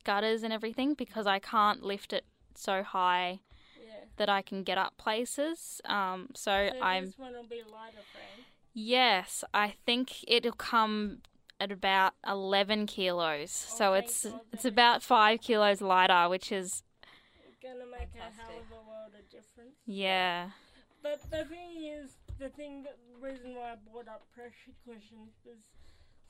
[SPEAKER 2] gutters and everything because I can't lift it so high
[SPEAKER 3] Yeah.
[SPEAKER 2] that I can get up places. Um so
[SPEAKER 3] So
[SPEAKER 2] I'm
[SPEAKER 3] This one will be lighter, friend.
[SPEAKER 2] yes, I think it'll come at about 11 kilos. so
[SPEAKER 3] thank
[SPEAKER 2] it's
[SPEAKER 3] God
[SPEAKER 2] it's
[SPEAKER 3] that-
[SPEAKER 2] about 5 kilos lighter, which is
[SPEAKER 3] It's gonna make a hell
[SPEAKER 1] Fantastic.
[SPEAKER 3] of a world of difference.
[SPEAKER 2] yeah.
[SPEAKER 3] But the thing is, the thing that the reason why I bought up pressure cushions was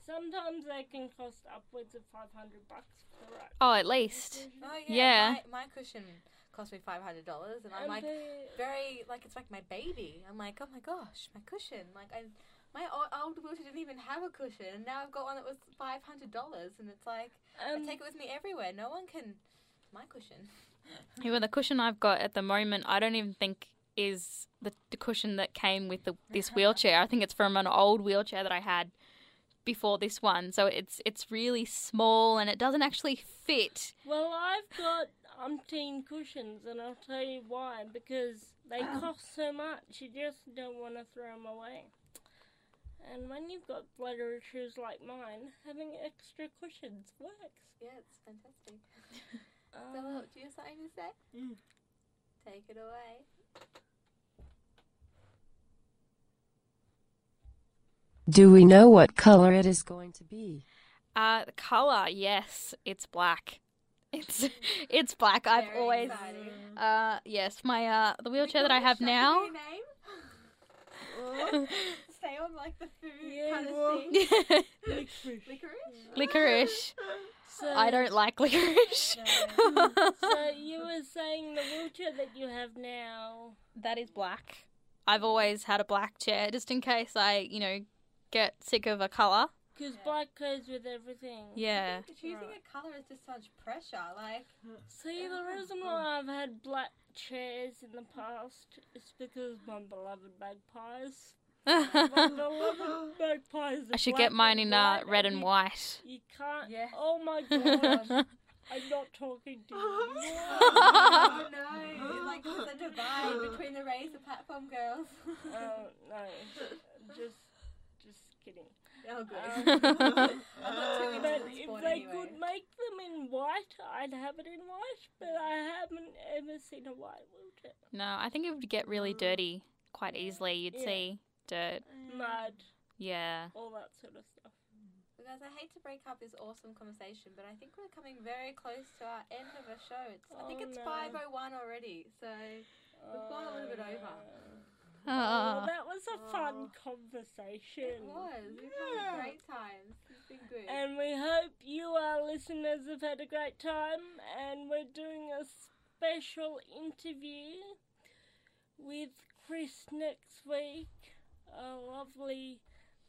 [SPEAKER 3] sometimes they can cost upwards of five hundred bucks for the right.
[SPEAKER 2] Oh, at least.
[SPEAKER 1] Oh yeah.
[SPEAKER 2] Yeah.
[SPEAKER 1] My, my cushion cost me five hundred dollars, and I'm
[SPEAKER 3] And
[SPEAKER 1] like
[SPEAKER 3] they-
[SPEAKER 1] very like it's like my baby. I'm like, oh my gosh, my cushion. Like I, my o- old wheelchair didn't even have a cushion, and now I've got one that was five hundred dollars, and it's like
[SPEAKER 3] um,
[SPEAKER 1] I take it with me everywhere. No one can. My cushion.
[SPEAKER 2] Even the cushion I've got at the moment, I don't even think is the, the cushion that came with the,
[SPEAKER 1] Uh-huh.
[SPEAKER 2] this wheelchair. I think it's from an old wheelchair that I had before this one. So it's it's really small and it doesn't actually fit.
[SPEAKER 3] Well, I've got umpteen cushions, and I'll tell you why. Because they cost so much, you just don't want to throw them away. And when you've got bladder issues like mine, having extra cushions works.
[SPEAKER 1] Yeah, it's fantastic. so,
[SPEAKER 2] Uh,
[SPEAKER 3] Um,
[SPEAKER 1] what, do you have something to say?
[SPEAKER 3] Mm.
[SPEAKER 1] Take it away.
[SPEAKER 4] Do we know what color it is going to be?
[SPEAKER 2] Uh, the color, yes, it's black. It's it's black. I've
[SPEAKER 1] Very
[SPEAKER 2] always
[SPEAKER 1] exciting. We
[SPEAKER 2] uh yes, my uh the wheelchair that
[SPEAKER 1] call
[SPEAKER 2] I
[SPEAKER 1] it
[SPEAKER 2] have
[SPEAKER 1] Shaka
[SPEAKER 2] now.
[SPEAKER 1] New Name?
[SPEAKER 3] Um,
[SPEAKER 1] Stay on like the food
[SPEAKER 3] Yeah,
[SPEAKER 1] kind
[SPEAKER 3] well-
[SPEAKER 1] of thing.
[SPEAKER 3] licorice.
[SPEAKER 1] Licorice?
[SPEAKER 2] Licorice.
[SPEAKER 3] So,
[SPEAKER 2] I don't like licorice.
[SPEAKER 3] So you were saying the wheelchair that you have now.
[SPEAKER 2] That is black. I've always had a black chair just in case I, you know, get sick of a color.
[SPEAKER 3] Because black goes with everything.
[SPEAKER 2] Yeah.
[SPEAKER 1] Choosing a color is just such pressure. Like,
[SPEAKER 3] See,
[SPEAKER 2] Oh,
[SPEAKER 3] the reason why I've had black chairs in the past is because my beloved magpies. My
[SPEAKER 2] I
[SPEAKER 3] beloved magpies. are
[SPEAKER 2] should
[SPEAKER 3] black
[SPEAKER 2] get mine
[SPEAKER 3] and
[SPEAKER 2] in uh,
[SPEAKER 3] white,
[SPEAKER 2] red and
[SPEAKER 3] you-
[SPEAKER 2] white.
[SPEAKER 3] You can't.
[SPEAKER 1] Yes.
[SPEAKER 3] Oh my god. I'm not talking to you.
[SPEAKER 1] oh no, it's like there's a divide between the race and platform girls.
[SPEAKER 3] Uh, no. Just, just kidding.
[SPEAKER 1] oh, good.
[SPEAKER 2] Um,
[SPEAKER 1] I'm not too
[SPEAKER 3] But
[SPEAKER 1] into the
[SPEAKER 3] if
[SPEAKER 1] sport
[SPEAKER 3] they
[SPEAKER 1] anyway.
[SPEAKER 3] could make them in white, I'd have it in white. But I haven't ever seen a white wheelchair.
[SPEAKER 2] No, I think it would get really dirty quite easily. You'd
[SPEAKER 3] Mm. Yeah.
[SPEAKER 2] see dirt.
[SPEAKER 1] Mm.
[SPEAKER 3] Mud,
[SPEAKER 2] Yeah.
[SPEAKER 3] all that sort of stuff.
[SPEAKER 1] Guys, I hate to break up this awesome conversation, but I think we're coming very close to our end of our show. It's, I think
[SPEAKER 3] Oh,
[SPEAKER 1] it's
[SPEAKER 3] no.
[SPEAKER 1] 5.01 already, so we've gone a little bit over.
[SPEAKER 3] Oh,
[SPEAKER 2] Ah.
[SPEAKER 3] that was a fun conversation.
[SPEAKER 1] It was. We've had a great time. It's been good.
[SPEAKER 3] Mm. And we hope you, our listeners, have had a great time. And we're doing a special interview with Chris next week, a lovely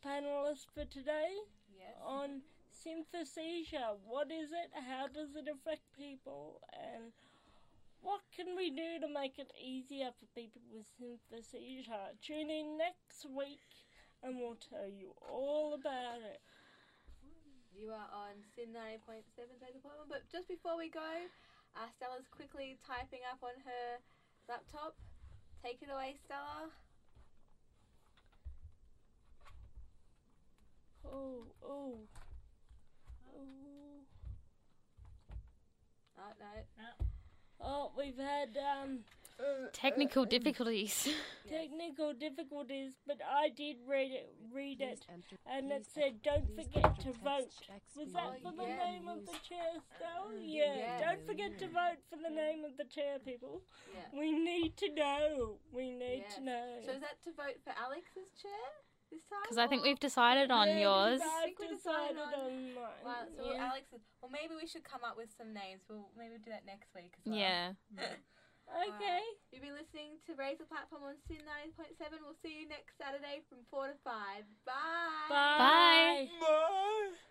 [SPEAKER 3] panelist for today
[SPEAKER 1] yes.
[SPEAKER 3] on synesthesia. What is it? How does it affect people? And what can we do to make it easier for people with synesthesia? Tune in next week and we'll tell you all about it.
[SPEAKER 1] You are on Sin 90.7 Data Appointment. But just before we go, uh, Stella's quickly typing up on her laptop. Take it away, Stella.
[SPEAKER 3] Oh, oh. Oh,
[SPEAKER 1] Oh, no.
[SPEAKER 3] oh we've had um,
[SPEAKER 2] Technical difficulties.
[SPEAKER 3] technical difficulties, but I did read it. Read it. And it
[SPEAKER 4] Please
[SPEAKER 3] said, don't
[SPEAKER 4] please
[SPEAKER 3] forget
[SPEAKER 4] enter
[SPEAKER 3] to
[SPEAKER 4] text
[SPEAKER 3] vote.
[SPEAKER 4] X
[SPEAKER 3] Was
[SPEAKER 4] below.
[SPEAKER 3] that for the
[SPEAKER 1] yeah. Mm-hmm.
[SPEAKER 3] name of the chair, Stel? Yeah.
[SPEAKER 1] Yeah.
[SPEAKER 3] Don't forget to vote for the name of the chair, people.
[SPEAKER 1] Yeah.
[SPEAKER 3] We need to know. We need
[SPEAKER 1] Yes.
[SPEAKER 3] to know.
[SPEAKER 1] So is that to vote for Alex's chair this time?
[SPEAKER 2] Because I think
[SPEAKER 1] or-
[SPEAKER 2] we've decided on
[SPEAKER 3] Yeah,
[SPEAKER 2] yours.
[SPEAKER 1] I
[SPEAKER 3] I've
[SPEAKER 1] think we decided
[SPEAKER 3] decided
[SPEAKER 1] on-
[SPEAKER 3] on mine.
[SPEAKER 1] Wow, so
[SPEAKER 3] yeah.
[SPEAKER 1] Alex is. Well, maybe we should come up with some names. We'll maybe do that next week as well.
[SPEAKER 2] Yeah.
[SPEAKER 3] Okay.
[SPEAKER 1] You've been listening to Raise the Platform on Sin 90.7. We'll see you next Saturday from 4 to 5. Bye.
[SPEAKER 3] Bye.
[SPEAKER 2] Bye.